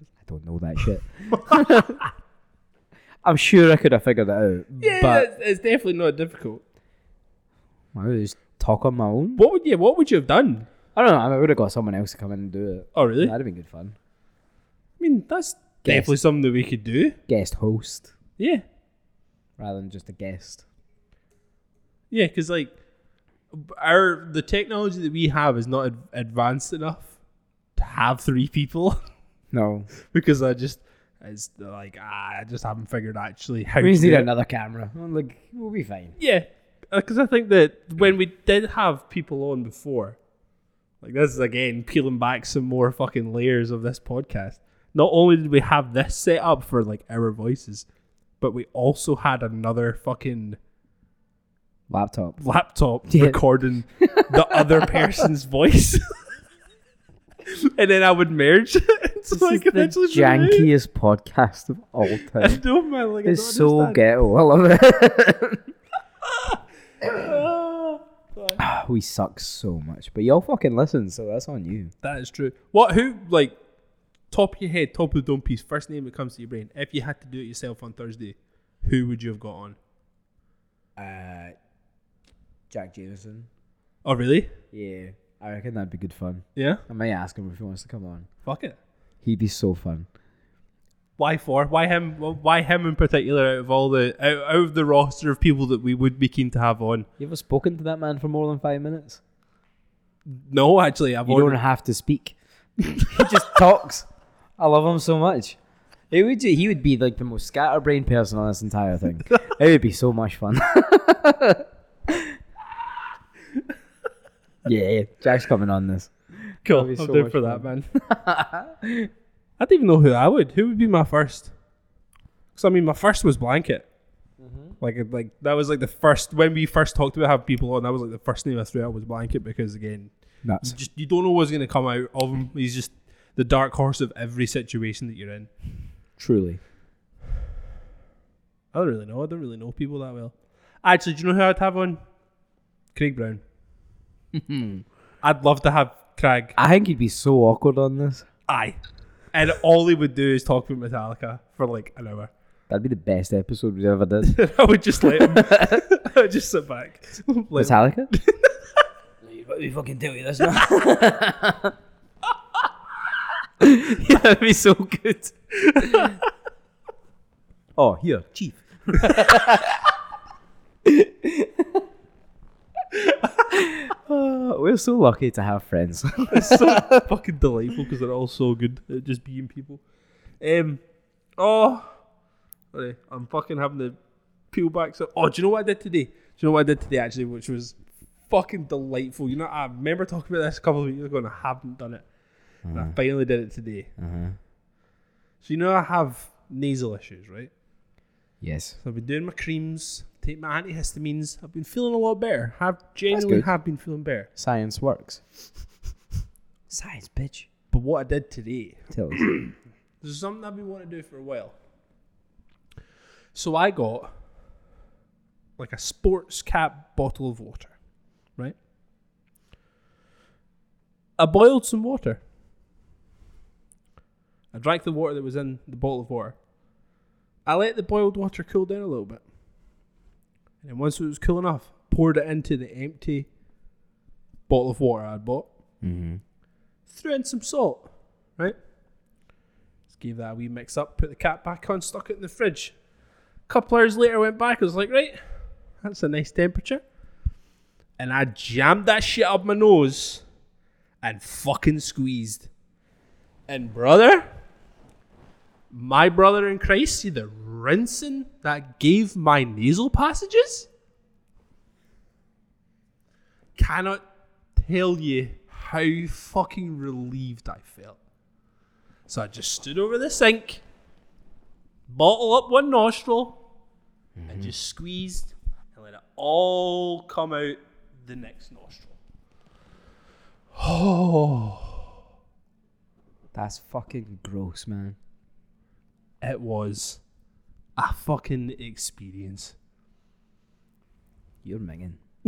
Speaker 2: I don't know
Speaker 1: *laughs*
Speaker 2: that shit. *laughs* I'm sure I could have figured it out.
Speaker 1: yeah,
Speaker 2: but
Speaker 1: it's, it's definitely not difficult.
Speaker 2: I would just talk on my own.
Speaker 1: What would yeah? What would you have done?
Speaker 2: I don't know. I would have got someone else to come in and do it.
Speaker 1: Oh, really?
Speaker 2: That'd have been good fun.
Speaker 1: I mean, that's definitely something that we could do.
Speaker 2: Guest host
Speaker 1: Yeah,
Speaker 2: rather than just a guest.
Speaker 1: yeah, because like our the technology that we have is not ad- advanced enough to have three people. *laughs*
Speaker 2: No,
Speaker 1: because I just it's like ah, I just haven't figured actually how
Speaker 2: we
Speaker 1: to
Speaker 2: just need
Speaker 1: do it.
Speaker 2: another camera. I'm like, we'll be fine.
Speaker 1: yeah because Uh, I think that when we did have people on before like this is again peeling back some more fucking layers of this podcast not only did we have this set up for like our voices but we also had another fucking
Speaker 2: Laptop.
Speaker 1: laptop
Speaker 2: Yeah.
Speaker 1: recording the other
Speaker 2: *laughs*
Speaker 1: person's voice *laughs* and then I would merge *laughs* it so
Speaker 2: This
Speaker 1: I
Speaker 2: is
Speaker 1: could
Speaker 2: the
Speaker 1: actually relate.
Speaker 2: jankiest podcast of *laughs*
Speaker 1: *laughs*
Speaker 2: all
Speaker 1: I
Speaker 2: time.
Speaker 1: know, man, like, I
Speaker 2: It's
Speaker 1: don't
Speaker 2: so
Speaker 1: understand.
Speaker 2: ghetto. I love it.
Speaker 1: Ah.
Speaker 2: *laughs* we suck so much, but y'all fucking listen, so that's on you.
Speaker 1: That is true. What? Who? Like, top of your head, top of the dome piece, first name that comes to your brain. If you had to do it yourself on Thursday, who would you have got on?
Speaker 2: Uh, Jack Jameson.
Speaker 1: Oh, really?
Speaker 2: Yeah, I reckon that'd be good fun.
Speaker 1: Yeah.
Speaker 2: I may ask him if he wants to come on.
Speaker 1: Fuck it.
Speaker 2: He'd be so fun.
Speaker 1: Why for? Why him? Well, Why him in particular? Out of all the out, out of the roster of people that we would be keen to have on.
Speaker 2: You ever spoken to that man for more than five minutes?
Speaker 1: No, actually, I've
Speaker 2: You
Speaker 1: already.
Speaker 2: don't have to *laughs* speak. he just talks. I love him so much. It would ju- he would be like the most scatterbrained person on this entire *laughs* thing. it would be so much *laughs* fun. yeah, Jack's coming on this.
Speaker 1: Cool.
Speaker 2: That'd be
Speaker 1: I'm
Speaker 2: so
Speaker 1: down
Speaker 2: much
Speaker 1: for that, man.
Speaker 2: *laughs*
Speaker 1: I don't even know who I would. Who would be my first? Because I mean, my first was blanket.
Speaker 2: Mm-hmm.
Speaker 1: Like, it- like that was like the first when we first talked about having people on. That was like the first name I threw out was blanket because again,
Speaker 2: Nuts.
Speaker 1: just you don't know what's going to come out of him. He's just the dark horse of every situation that you're in.
Speaker 2: Truly.
Speaker 1: I don't really know. I don't really know people that well. Actually, do you know who I'd have on? Craig
Speaker 2: *laughs*
Speaker 1: Brown. I'd love to have Craig.
Speaker 2: I think he'd be so awkward on this.
Speaker 1: Aye. And all he would do is talk about Metallica for like an hour. *laughs*
Speaker 2: That'd be the best episode we ever did.
Speaker 1: I would just let him. I would just sit back. *laughs* Let him-
Speaker 2: Metallica? *laughs* Let me fucking tell you this now. *laughs* yeah, that'd be so *laughs* good. *laughs* oh, here, Chief. Uh, We're so lucky to have friends. *laughs*
Speaker 1: It's so fucking delightful because they're all so good at just being people. Um, oh, sorry, I'm fucking having to peel back. So, oh, do you know what I did today? Do you know what I did today actually, which was fucking delightful? You know, I remember talking about this a couple of weeks ago and I haven't done it, and I finally did it today.
Speaker 2: uh-huh.
Speaker 1: So you know, I have nasal issues, right?
Speaker 2: Yes.
Speaker 1: So I've been doing my creams, take my antihistamines. I've been feeling a lot better. I've genuinely
Speaker 2: good.
Speaker 1: have been feeling better.
Speaker 2: Science works. Science, bitch.
Speaker 1: But what I did today.
Speaker 2: Tell us.
Speaker 1: This is something I've been wanting to do for a while. So I got like a sports cap bottle of water, right? I boiled some water. I drank the water that was in the bottle of water. I let the boiled water cool down a little bit. And then once it was cool enough, poured it into the empty bottle of water I'd bought.
Speaker 2: mm-hmm.
Speaker 1: Threw in some salt, right? Just gave that a wee mix up, put the cap back on, stuck it in the fridge. A couple hours later, went back, I was like, right, that's a nice temperature. And I jammed that shit up my nose and fucking squeezed. And brother, my brother in Christ, see the rinsing that gave my nasal passages? Cannot tell you how fucking relieved I felt. So I just stood over the sink, bottle up one nostril, and just squeezed and let it all come out the next nostril. Oh,
Speaker 2: That's fucking gross, man.
Speaker 1: it was a fucking experience.
Speaker 2: You're minging. *laughs*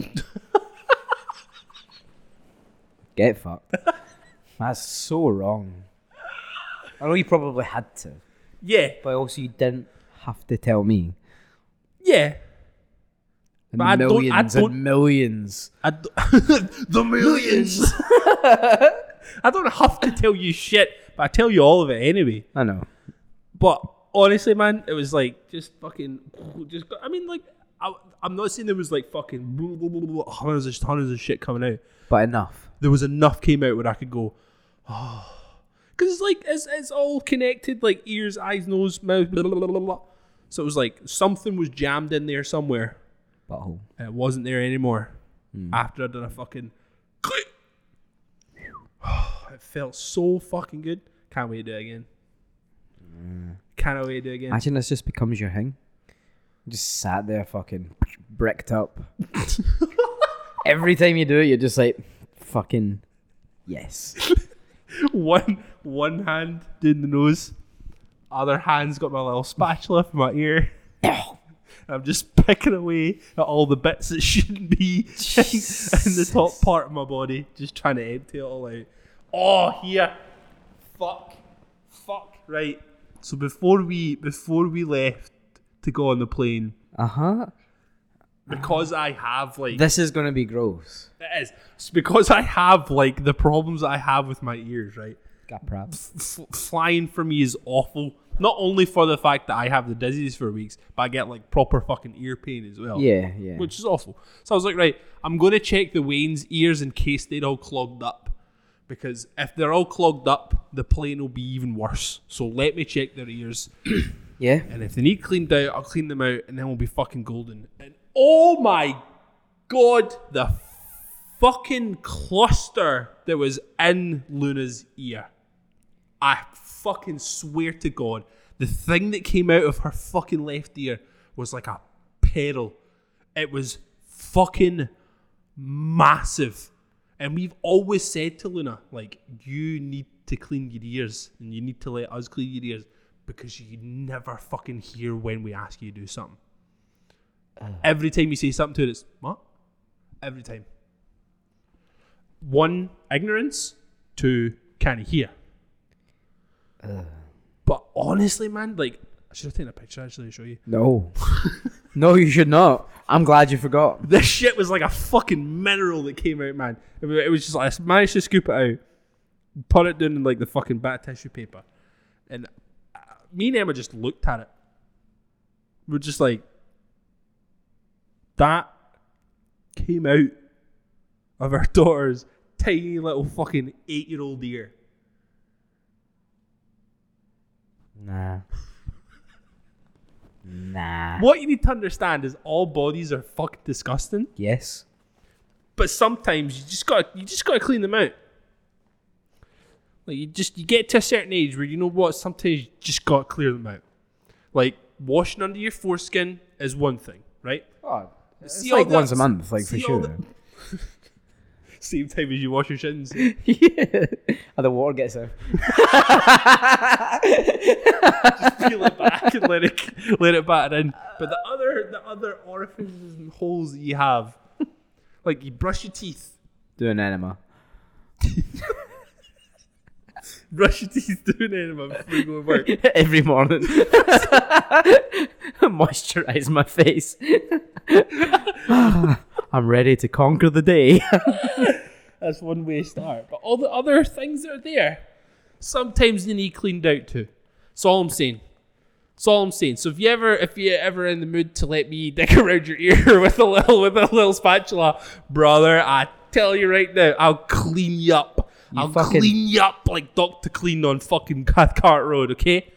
Speaker 2: Get fucked. That's so wrong. I know you probably had to,
Speaker 1: Yeah,
Speaker 2: but also you didn't have to tell me.
Speaker 1: yeah.
Speaker 2: And
Speaker 1: But I don't- I
Speaker 2: millions
Speaker 1: don't-
Speaker 2: and millions.
Speaker 1: I d- *laughs* the millions. *laughs* I don't have to tell you shit, but I tell you all of it anyway.
Speaker 2: I know.
Speaker 1: But honestly, man, it was like just fucking, just. go- I mean, like, I, I'm not saying there was like fucking blah, blah, blah, blah, hundreds of hundreds of shit coming out.
Speaker 2: But enough.
Speaker 1: There was enough came out where I could go, *sighs* because it's like it's, it's all connected, like ears, eyes, nose, mouth. Blah, blah, blah, blah, blah. So it was like something was jammed in there somewhere,
Speaker 2: Butthole.
Speaker 1: and it wasn't there anymore. After I'd done a fucking, *sighs* click. it felt so fucking good. Can't wait to do it again. Can't wait to do it again.
Speaker 2: Imagine this just becomes your thing. Just sat there fucking bricked up. *laughs* Every time you do it, you're just like, fucking, *laughs* yes.
Speaker 1: *laughs* one one hand doing the nose, other hand's got my little spatula for my ear. *laughs* I'm just picking away at all the bits that *laughs* shouldn't be in, in the top part of my body, just trying to empty it all out. Oh, here, fuck, fuck, right. So before we before we left to go on the plane,
Speaker 2: Uh huh.
Speaker 1: because I have like
Speaker 2: This is going to be gross.
Speaker 1: it is it's because I have like the problems I have with my ears, right?
Speaker 2: Got props.
Speaker 1: f- flying for me is awful. Not only for the fact that I have the dizziness for weeks, but I get like proper fucking ear pain as well.
Speaker 2: Yeah, yeah.
Speaker 1: Which is awful. So I was like, right, I'm going to check the Wayne's ears in case they're all clogged up. Because if they're all clogged up, the plane will be even worse. So let me check their ears.
Speaker 2: yeah.
Speaker 1: And if they need cleaned out, I'll clean them out and then we'll be fucking golden. And oh my god, the fucking cluster that was in Luna's ear. I fucking swear to god, the thing that came out of her fucking left ear was like a pedal. It was fucking massive. And we've always said to Luna, like, you need to clean your ears and you need to let us clean your ears because you never fucking hear when we ask you to do something. Every time you say something to it, it's what? Every time. One, ignorance. Two, can you hear? But honestly, man, like, I should have taken a picture actually to show you.
Speaker 2: No. *laughs* no, you should not. I'm glad you forgot.
Speaker 1: This shit was like a fucking mineral that came out, man. It wa- it was just like I managed to scoop it out, put it down in like the fucking back tissue paper, and uh, me and Emma just looked at it. We're just like, that came out of our *laughs* daughter's tiny little fucking eight year old ear.
Speaker 2: Nah. nah.
Speaker 1: What you need to understand is all bodies are fucking disgusting,
Speaker 2: Yes.
Speaker 1: but sometimes you just got to you just got to clean them out. Like you just you get to a certain age where you know what sometimes you just got to clear them out. Like washing under your foreskin is one thing, right?
Speaker 2: Oh, it's
Speaker 1: See all
Speaker 2: like
Speaker 1: the-
Speaker 2: once a month, like for
Speaker 1: see all
Speaker 2: *laughs* sure.
Speaker 1: the- Same time as you wash your shins.
Speaker 2: *laughs* yeah. And the water gets out.
Speaker 1: peel it back and let it let it batter in. But the other the other orifices and holes that you have, like you brush your teeth, *laughs*
Speaker 2: Doing enema.
Speaker 1: brush your teeth *laughs* doing enema before you go to work.
Speaker 2: *laughs* Every morning. *laughs* Moisturize my face. *laughs* I'm ready to conquer the day.
Speaker 1: That's one way to start. But all the other things that are there, sometimes they need cleaned out too. That's all I'm saying. That's all I'm saying. So if you ever if you ever in the mood to let me *laughs* dick around your ear *laughs* with a little with a little spatula, brother, I tell you right now, I'll clean you up. I'll
Speaker 2: fucking-
Speaker 1: clean you up like Doctor Clean on fucking *laughs* Cathcart Road, okay?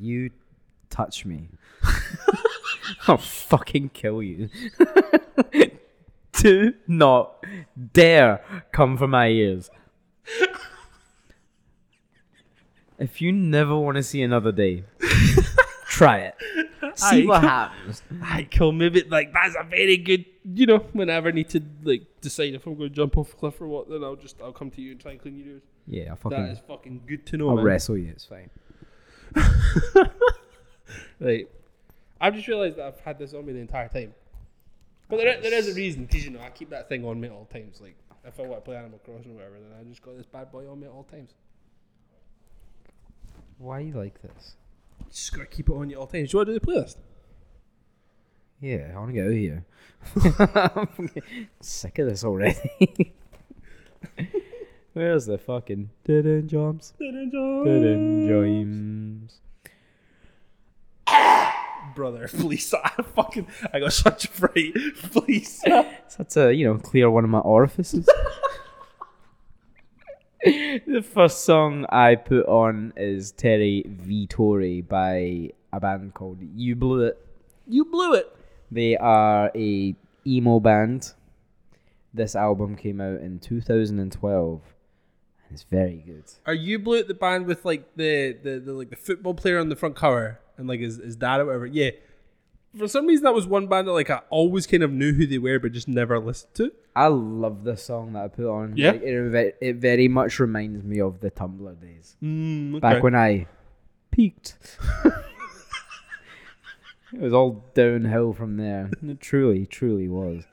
Speaker 2: You touch me. *laughs* I'll fucking kill you. *laughs* Do not dare come for my ears. If you never want to see another *laughs* day, try it. See
Speaker 1: Aye.
Speaker 2: what happens.
Speaker 1: I kill maybe like that's a very good you know, whenever I need to like decide if I'm gonna jump off a cliff or what, then I'll just I'll come to you and try and clean your ears.
Speaker 2: Yeah, I'll
Speaker 1: That
Speaker 2: fucking
Speaker 1: is fucking good to know.
Speaker 2: I'll
Speaker 1: man.
Speaker 2: wrestle you. It's fine.
Speaker 1: Right. I've just realised that I've had this on me the entire time. But there, there is a reason, because you know I keep that thing on me at all times. Like if I want to play Animal Crossing or whatever, then I just got this bad boy on me at all times.
Speaker 2: Why you like this?
Speaker 1: Just gotta keep it on you at all times. Do you want to do the playlist?
Speaker 2: Yeah, I want to get out of *laughs* here. I'm fucking sick of this already. *laughs* Where's the fucking didn't jumps? Didn't jumps.
Speaker 1: Brother, *laughs* please! I fucking I got such a fright. *laughs* Please.
Speaker 2: So that's a uh, you know clear one of my orifices. *laughs* the first song I put on is Terry Vitore by a band called You Blew It.
Speaker 1: you blew it.
Speaker 2: They are a emo band. This album came out in 2012, and it's very good.
Speaker 1: Are you blew it the band with like the, the, the like the football player on the front cover and like his, his dad or whatever? Yeah. For some reason that was one band that like I always kind of knew who they were but just never listened to.
Speaker 2: I love the song that I put on.
Speaker 1: Yeah?
Speaker 2: Like, it, ve- it very much reminds me of the Tumblr days
Speaker 1: Mm, okay.
Speaker 2: back when I peaked. it was all downhill from there. It truly, truly was.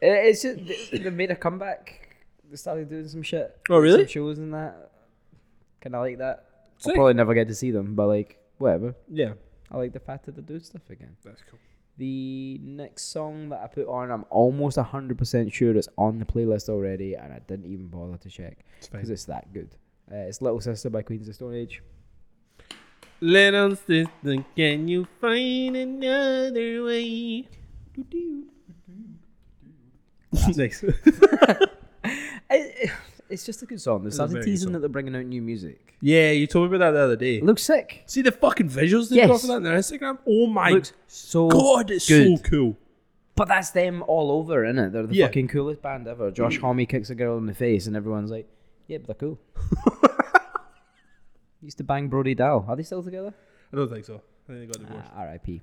Speaker 2: It, it's just they, they made a comeback. They started doing some shit.
Speaker 1: Oh, really?
Speaker 2: Some shows and that. Kind of like that. I'll
Speaker 1: Sick.
Speaker 2: probably never get to see them, but like whatever.
Speaker 1: yeah,
Speaker 2: I like the fact that they do stuff again.
Speaker 1: that's cool.
Speaker 2: The next song that I put on, I'm almost 100% sure it's on the playlist already, and I didn't even bother to check
Speaker 1: It's
Speaker 2: because
Speaker 1: fine.
Speaker 2: it's that good. Uh, it's Little Sister by Queens of the Stone Age.
Speaker 1: Little sister, can you find another way? *laughs* nice.
Speaker 2: It, *sighs* it's just a good song. They started
Speaker 1: very good
Speaker 2: teasing
Speaker 1: song.
Speaker 2: that they're bringing out new music.
Speaker 1: yeah, you told me about that the other day.
Speaker 2: It looks sick.
Speaker 1: See the fucking visuals they
Speaker 2: Yes.
Speaker 1: got for that on their Instagram. Oh my
Speaker 2: looks so
Speaker 1: god, it's
Speaker 2: good.
Speaker 1: so cool.
Speaker 2: But that's them all over, innit? They're the
Speaker 1: Yeah. Mm.
Speaker 2: fucking coolest band ever. Josh Homme kicks a girl in the face, and everyone's like, yeah, but they're
Speaker 1: *laughs*
Speaker 2: cool. Used to bang Brody Dow. Are they still together?
Speaker 1: I don't think so. I think they got divorced.
Speaker 2: Ah, RIP. I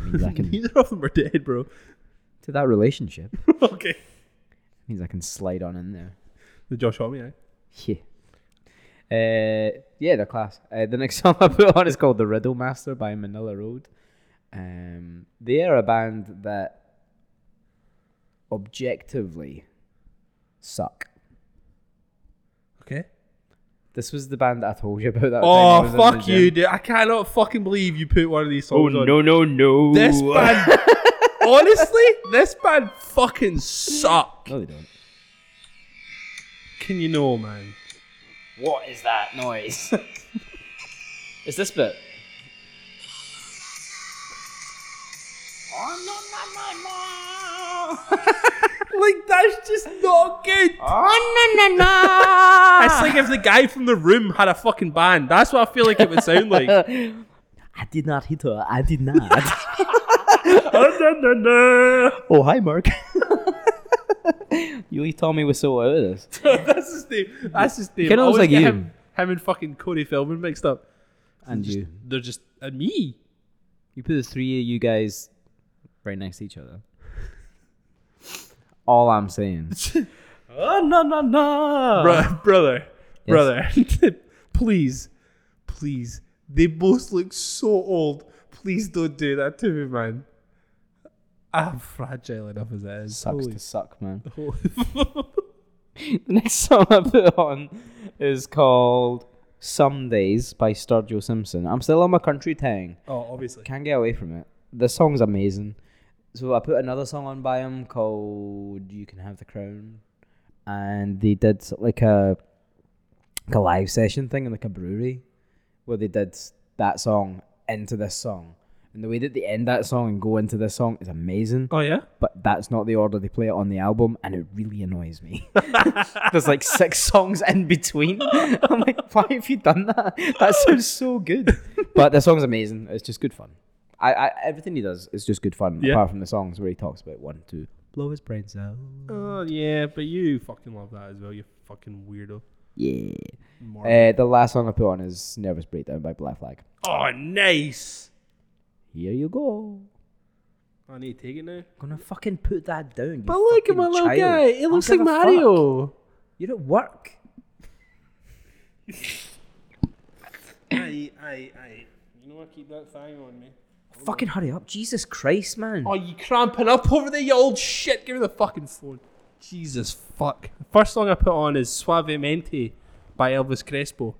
Speaker 2: mean, I
Speaker 1: *laughs*
Speaker 2: can,
Speaker 1: Neither of them are dead, bro.
Speaker 2: to that relationship.
Speaker 1: *laughs* okay.
Speaker 2: Means I can slide on in there.
Speaker 1: The Josh Homme, eh?
Speaker 2: Yeah. Uh, yeah, they're class. Uh, the next *laughs* song I put on is called The Riddle Master by Manila Road. Um, they are a band that objectively suck.
Speaker 1: Okay.
Speaker 2: This was the band that I told you about
Speaker 1: Oh
Speaker 2: that. time I was in the
Speaker 1: fuck
Speaker 2: gym.
Speaker 1: you, dude! I cannot fucking believe you put one of these
Speaker 2: Oh,
Speaker 1: songs on.
Speaker 2: no, no, no.
Speaker 1: This *laughs* band, honestly, this band fucking suck.
Speaker 2: No, they don't.
Speaker 1: Can you know, man?
Speaker 2: What is that *laughs* noise? is this bit?
Speaker 1: Like that's just not good.
Speaker 2: Oh,
Speaker 1: *laughs* It's
Speaker 2: I
Speaker 1: like if the guy from the room had a fucking band. That's what I feel like it would sound
Speaker 2: *laughs*
Speaker 1: like. *laughs* Oh,
Speaker 2: did not hit her. I did not.
Speaker 1: That's
Speaker 2: *laughs* oh, hi, *laughs* Mark. you told Tommy was so out of this.
Speaker 1: his name. That's his name.
Speaker 2: Kinda
Speaker 1: I
Speaker 2: looks
Speaker 1: always
Speaker 2: like
Speaker 1: get
Speaker 2: you.
Speaker 1: Him, him and fucking Cody Feldman mixed up.
Speaker 2: And you.
Speaker 1: They're just and me.
Speaker 2: You put the three of you guys right next to each other. All I'm *laughs* saying.
Speaker 1: Oh no no no, Bro- *laughs* brother, brother, *laughs* please, please. They both look so old. Please don't do that to me, man. I'm fragile enough as it is.
Speaker 2: Sucks
Speaker 1: Holy
Speaker 2: to suck, man.
Speaker 1: *laughs* holy-
Speaker 2: The *laughs* next song I put on is called Some Days by Sturgill Simpson. I'm still on my country tang.
Speaker 1: oh, obviously.
Speaker 2: Can't get away from it. The song's amazing. So I put another song on by him called You Can Have the Crown. And they did s- like a like a live session thing in like a brewery where they did s- that song into this song. And the way that they end that song and go into this song is amazing
Speaker 1: Oh yeah.
Speaker 2: but that's not the order they play it on the album, and it really annoys me. There's like six songs in between. *laughs* I'm like, why have you done that? That sounds so good. But the song's amazing. It's just good fun. I, I everything he does is just good fun,
Speaker 1: Yeah.
Speaker 2: apart from the songs where he talks about one, two, blow his brains out.
Speaker 1: Oh yeah, but you fucking love that as well. You fucking weirdo.
Speaker 2: Yeah.
Speaker 1: Mark.
Speaker 2: Uh, the last song I put on is "Nervous Breakdown" by Black Flag.
Speaker 1: oh nice. Oh,
Speaker 2: Here you go.
Speaker 1: I need to take it now.
Speaker 2: Gonna fucking put that down. you
Speaker 1: But look at
Speaker 2: fucking
Speaker 1: my little
Speaker 2: child.
Speaker 1: guy. It
Speaker 2: I
Speaker 1: looks like
Speaker 2: don't give a fuck.
Speaker 1: Mario. *laughs*
Speaker 2: You're at work.
Speaker 1: Aye, aye, aye. You know I keep that thing on me.
Speaker 2: Fucking hurry up, Jesus Christ, man.
Speaker 1: Oh, you cramping up over there, you old shit. Give me the fucking phone. Jesus fuck. First song I put on is Suavemente by Elvis Crespo.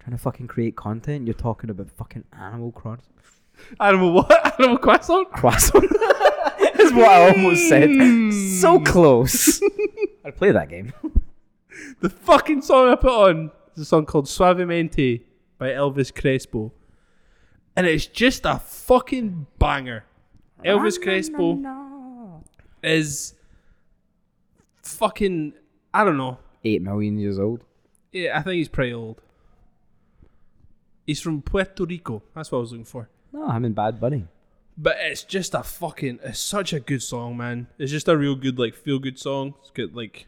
Speaker 2: trying to fucking create content. You're talking about fucking animal cross *laughs*
Speaker 1: Animal what? *laughs* Animal croissant?
Speaker 2: croissant. *laughs* Is what I almost said. So *laughs* close. I'd play
Speaker 1: *laughs*
Speaker 2: that game.
Speaker 1: The fucking song I put on is a song called Suavemente by Elvis Crespo. And it's just a fucking banger. Elvis Crespo. is fucking I don't know.
Speaker 2: Eight million years old.
Speaker 1: Yeah, I think he's pretty old. He's from Puerto Rico. That's what I was looking for.
Speaker 2: No, I'm in Bad
Speaker 1: *laughs*
Speaker 2: Bunny.
Speaker 1: But it's just a fucking it's such a good song, man. It's just a real good like feel good song. It's good like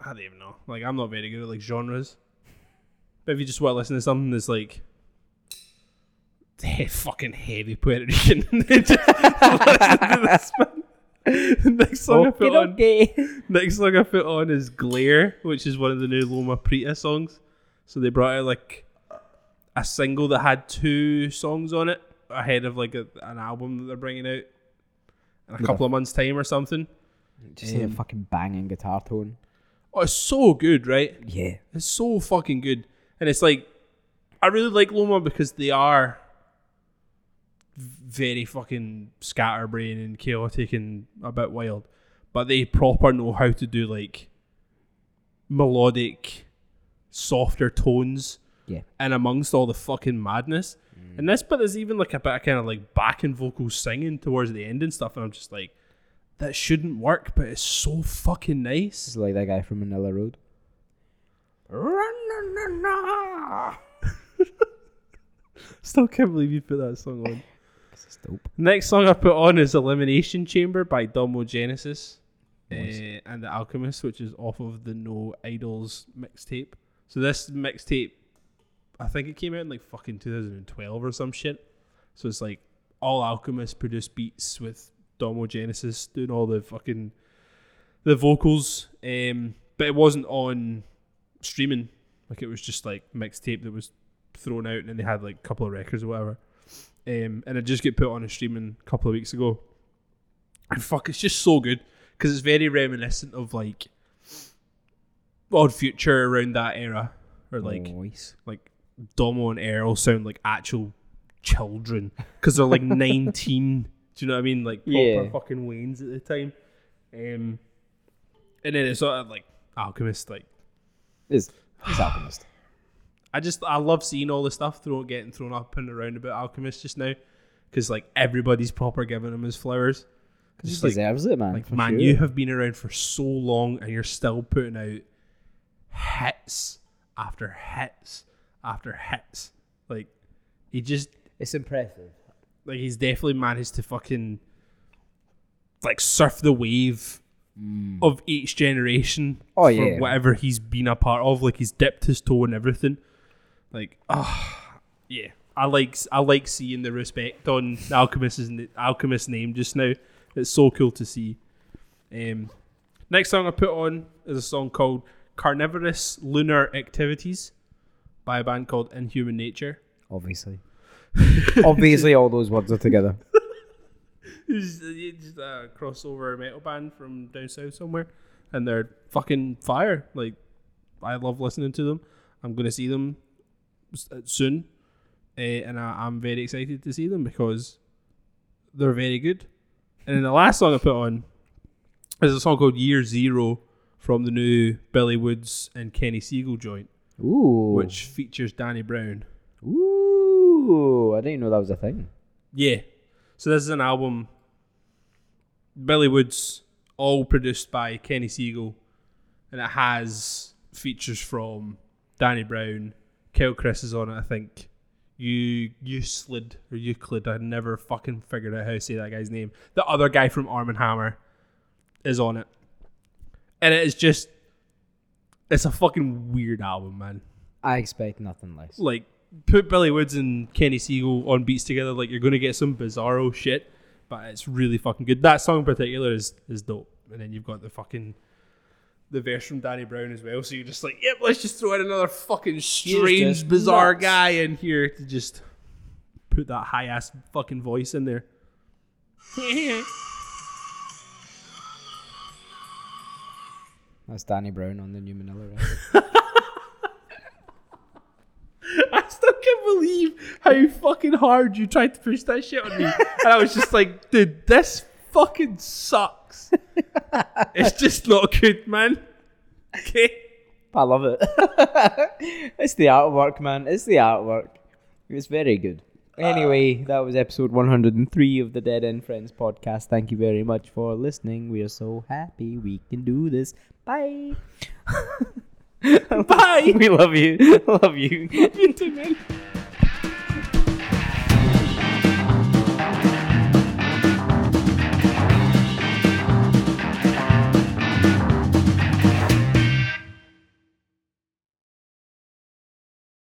Speaker 1: I don't even know. Like I'm not very good at like genres. But if you just want to listen to something that's like *laughs* he- fucking heavy *laughs* Puerto Rican, then just listen to this one. Next song I put on.
Speaker 2: okay. *laughs*
Speaker 1: Next song I put on is Glare, which is one of the new Loma Prieta songs. So they brought out like a single that had two songs on it ahead of like a, an album that they're bringing out in a couple of months' time or something.
Speaker 2: Just like a fucking banging guitar tone.
Speaker 1: Oh, it's so good, right?
Speaker 2: Yeah.
Speaker 1: It's so fucking good. And it's like, I really like Loma because they are very fucking scatterbrain and chaotic and a bit wild. But they proper know how to do like melodic, softer tones
Speaker 2: Yeah.
Speaker 1: and amongst all the fucking madness. And this bit is even like a bit of kind of like backing vocal singing towards the end and stuff. And I'm just like, that shouldn't work, but it's so fucking nice.
Speaker 2: Just like that guy from Manila Road.
Speaker 1: Still can't believe you put that song on.
Speaker 2: This is dope.
Speaker 1: Next song I put on is Elimination Chamber by Domo Genesis uh, and The Alchemist, which is off of the No Idols mixtape. So this mixtape, I think it came out in like fucking 2012 or some shit. So it's like all Alchemist produced beats with Domo Genesis doing all the fucking the vocals, um, but it wasn't on streaming. Like it was just like mixtape that was thrown out, and then they had like a couple of records or whatever um, and it just get put on a streaming a couple of weeks ago. And fuck, it's just so good because it's very reminiscent of like Odd Future around that era, or like
Speaker 2: Voice.
Speaker 1: like Domo and Errol sound like actual children because
Speaker 2: *laughs*
Speaker 1: they're like 19. Do you know what I mean? Like proper
Speaker 2: Yeah.
Speaker 1: fucking Waynes at the time. Um, and then it's sort of like Alchemist. Like
Speaker 2: It's, it's Alchemist.
Speaker 1: I just I love seeing all the stuff throw, getting thrown up and around about Alchemist just now because like everybody's proper giving him his flowers.
Speaker 2: He
Speaker 1: Because like,
Speaker 2: deserves it, man.
Speaker 1: like
Speaker 2: for
Speaker 1: man,
Speaker 2: sure.
Speaker 1: you have been around for so long and you're still putting out hits after hits after hits. Like he just
Speaker 2: It's impressive.
Speaker 1: like he's definitely managed to fucking like surf the wave of each generation.
Speaker 2: Oh,
Speaker 1: for
Speaker 2: yeah.
Speaker 1: whatever he's been a part of, like he's dipped his toe in everything. Like, ah, yeah. I like I like seeing the respect on the Alchemist's n- Alchemist's name just now. It's so cool to see. Um, next song I put on is a song called "Carnivorous Lunar Activities" by a band called Inhuman Nature.
Speaker 2: Obviously. *laughs* Obviously, all those words are together.
Speaker 1: It's it's just a crossover metal band from down south somewhere, and they're fucking fire. Like, I love listening to them. I'm gonna see them s- uh, soon, uh, and I, I'm very excited to see them because they're very good. And then the last song I put on is a song called "Year Zero from the new Billy Woods and Kenny Siegel joint,
Speaker 2: Ooh.
Speaker 1: which features Danny Brown.
Speaker 2: Ooh. I didn't know that was a thing.
Speaker 1: Yeah. So this is an album. Billy Woods, all produced by Kenny Siegel, and it has features from Danny Brown. Kel Chris is on it, I think. You you slid or Euclid. I never fucking figured out how to say that guy's name. The other guy from Arm and Hammer is on it, and it is just it's a fucking weird album, man
Speaker 2: I expect nothing less.
Speaker 1: like put Billy Woods and Kenny Siegel on beats together, like you're gonna get some bizarro shit, but it's really fucking good. That song in particular is is dope. And then you've got the fucking the verse from Danny Brown as well, so you're just like, yep, let's just throw in another fucking strange,
Speaker 2: just
Speaker 1: bizarre
Speaker 2: nuts.
Speaker 1: guy in here to just put that high ass fucking voice in
Speaker 2: *laughs*
Speaker 1: there.
Speaker 2: That's Danny Brown on the new Manila record.
Speaker 1: *laughs* I still can't believe how fucking hard you tried to push that shit on me. and I was just like, dude, this fucking sucks. it's just not good, man. Okay.
Speaker 2: I love it. *laughs* it's the artwork, man. It's the artwork. It's very good. Anyway, that was episode 103 of the Dead End Friends podcast. Thank you very much for listening. We are so happy we can do this. Bye. *laughs*
Speaker 1: Bye.
Speaker 2: we love you. *laughs* Love you.
Speaker 1: you too, man.